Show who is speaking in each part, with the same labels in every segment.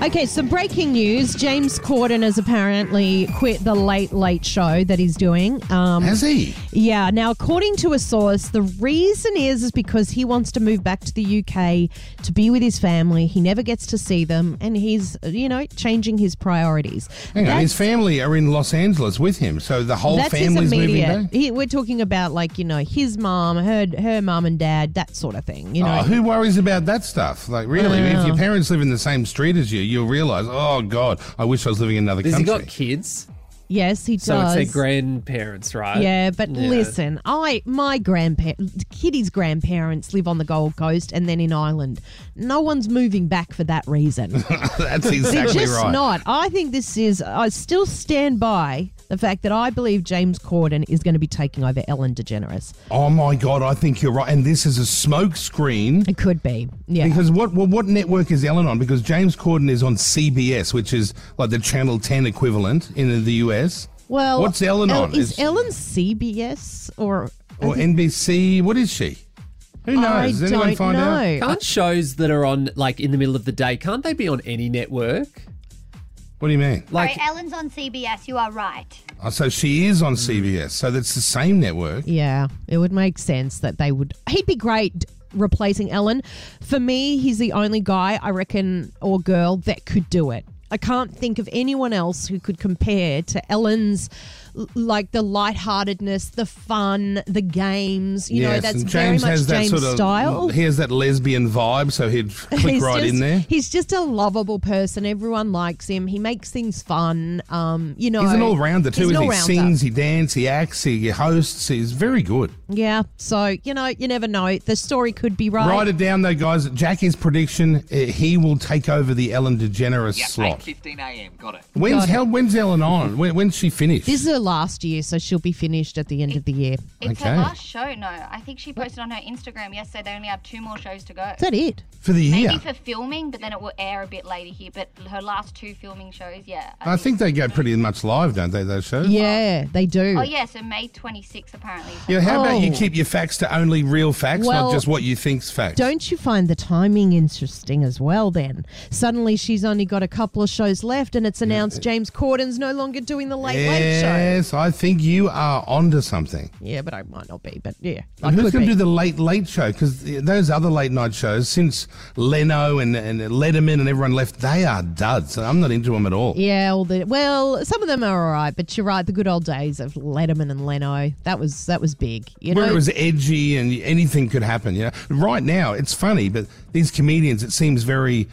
Speaker 1: Okay, so breaking news: James Corden has apparently quit the Late Late Show that he's doing. Um,
Speaker 2: Has he?
Speaker 1: yeah. Now, according to a source, the reason is is because he wants to move back to the UK to be with his family. He never gets to see them, and he's you know changing his priorities.
Speaker 2: Hang on,
Speaker 1: That's-
Speaker 2: his family are in Los Angeles with him, so the whole
Speaker 1: that's his
Speaker 2: family's moving back.
Speaker 1: immediate. He, we're talking about like you know his mom, her her mom and dad, that sort of thing. You know,
Speaker 2: Oh, who worries about that stuff? Like, really,
Speaker 1: Wow.
Speaker 2: if your parents live in the same street as you, you'll realize, oh God, I wish I was living in another
Speaker 3: Has he
Speaker 2: country.
Speaker 3: got kids?
Speaker 1: yes, he does.
Speaker 3: So it's their grandparents,
Speaker 2: Uh,
Speaker 3: right?
Speaker 1: Yeah, but
Speaker 3: Yeah.
Speaker 1: listen, I my grandparents, Kitty's grandparents live on the Gold Coast and then in Ireland. No one's moving back for that reason.
Speaker 2: That's
Speaker 1: They're
Speaker 2: exactly
Speaker 1: just
Speaker 2: right.
Speaker 1: not. I think this is. I still stand by the fact that I believe James Corden is going to be taking over Ellen DeGeneres.
Speaker 2: Oh my God, I think you're right. And this is a smokescreen.
Speaker 1: It could be. Yeah.
Speaker 2: Because what well, what network is Ellen on? Because James Corden is on CBS, which is like the Channel 10 equivalent in the US.
Speaker 1: well,
Speaker 2: what's Ellen
Speaker 1: El-
Speaker 2: on?
Speaker 1: Is,
Speaker 2: Is-
Speaker 1: Ellen CBS or?
Speaker 2: Or NBC? What is she? Who knows?
Speaker 1: I
Speaker 2: Does anyone
Speaker 1: don't
Speaker 2: find
Speaker 1: know.
Speaker 2: out?
Speaker 3: Can't shows that are on like in the middle of the day? Can't they be on any network?
Speaker 2: What do you mean?
Speaker 3: Like,
Speaker 4: Sorry, Ellen's on CBS. You are right.
Speaker 2: Oh, so she is
Speaker 1: Mm.
Speaker 2: on CBS. So that's the same network.
Speaker 1: Yeah, it would make sense that they would. He'd be great replacing Ellen. For me, he's the only guy I reckon or girl that could do it. I can't think of anyone else who could compare to Ellen's, l- like the lightheartedness, the fun, the games. You know, that's
Speaker 2: and
Speaker 1: very
Speaker 2: James
Speaker 1: much
Speaker 2: has
Speaker 1: James
Speaker 2: that sort of
Speaker 1: style.
Speaker 2: He has that lesbian vibe, so he'd click
Speaker 1: He's
Speaker 2: right
Speaker 1: just,
Speaker 2: in there.
Speaker 1: He's just a lovable person. Everyone likes him. He makes things fun. Um, you know,
Speaker 2: He's an all rounder too.
Speaker 1: He's an
Speaker 2: isn't he
Speaker 1: all-rounder.
Speaker 2: sings, he dances, he acts, he hosts. He's very good.
Speaker 1: Yeah. So you know, you never know. The story could be right.
Speaker 2: Write it down though, guys. Jackie's prediction: uh, he will take over the Ellen DeGeneres
Speaker 5: Yeah,
Speaker 2: slot.
Speaker 5: 8.15 a.m. Got it.
Speaker 2: When's
Speaker 1: Got it.
Speaker 2: hell, When's Ellen on? When, when's she finished?
Speaker 1: This is her last year, so she'll be finished at the end of the year. Is
Speaker 4: It's
Speaker 2: Okay.
Speaker 4: her last show. No, I think she posted on her Instagram yesterday. They only have two more shows to go.
Speaker 1: that it?
Speaker 2: for the
Speaker 4: Maybe
Speaker 2: year.
Speaker 4: for filming, but then it will air a bit later here. But her last two filming shows, yeah.
Speaker 2: I think they go pretty much live, don't they? Those shows.
Speaker 1: Yeah, they do.
Speaker 4: Uh-huh. Oh yeah, so May 26 apparently. is her
Speaker 2: Yeah. How about you
Speaker 1: Oh.
Speaker 2: keep your facts to only real facts,
Speaker 1: Well,
Speaker 2: not just what you think's facts.
Speaker 1: Don't you find the timing interesting as well then? Suddenly she's only got a couple of shows left and it's announced James Corden's no longer doing the late late show.
Speaker 2: Yes, I think you are onto something.
Speaker 1: Yeah, but I might not be, but yeah. I
Speaker 2: And who's
Speaker 1: could
Speaker 2: going
Speaker 1: be.
Speaker 2: to do the late late show? Because those other late night shows, since Leno and, and Letterman and everyone left, they are duds. So I'm not into them at all.
Speaker 1: yeah, all the well, some of them are all right, but you're right. The good old days of Letterman and Leno, that was that was big. You
Speaker 2: Where
Speaker 1: know,
Speaker 2: it was edgy and anything could happen. You know, right now it's funny, but these comedians, it seems very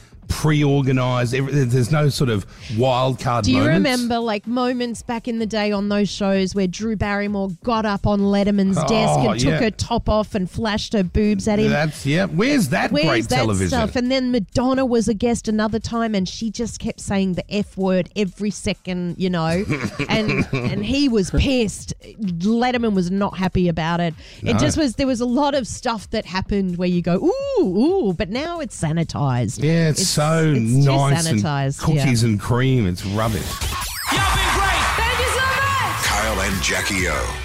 Speaker 2: pre-organized. Every- There's no sort of wild card.
Speaker 1: Do you
Speaker 2: moments.
Speaker 1: remember like moments back in the day on those shows where Drew Barrymore got up on Letterman's desk
Speaker 2: Oh,
Speaker 1: and took
Speaker 2: yeah.
Speaker 1: her top off and flashed her boobs at him?
Speaker 2: That's yeah. Where's that
Speaker 1: Where's
Speaker 2: great
Speaker 1: that
Speaker 2: television?
Speaker 1: stuff? And then Madonna was a guest another time, and she just kept saying the f word every second, you know, and and he was pissed. Letterman was not happy about it. It just was there was a lot of stuff that happened where you go ooh ooh, but now it's sanitized.
Speaker 2: yeah, it's, so
Speaker 1: it's too
Speaker 2: nice and
Speaker 1: sanitized, yeah.
Speaker 2: cookies and cream. It's rubbish.
Speaker 6: Kyle and Jackie O.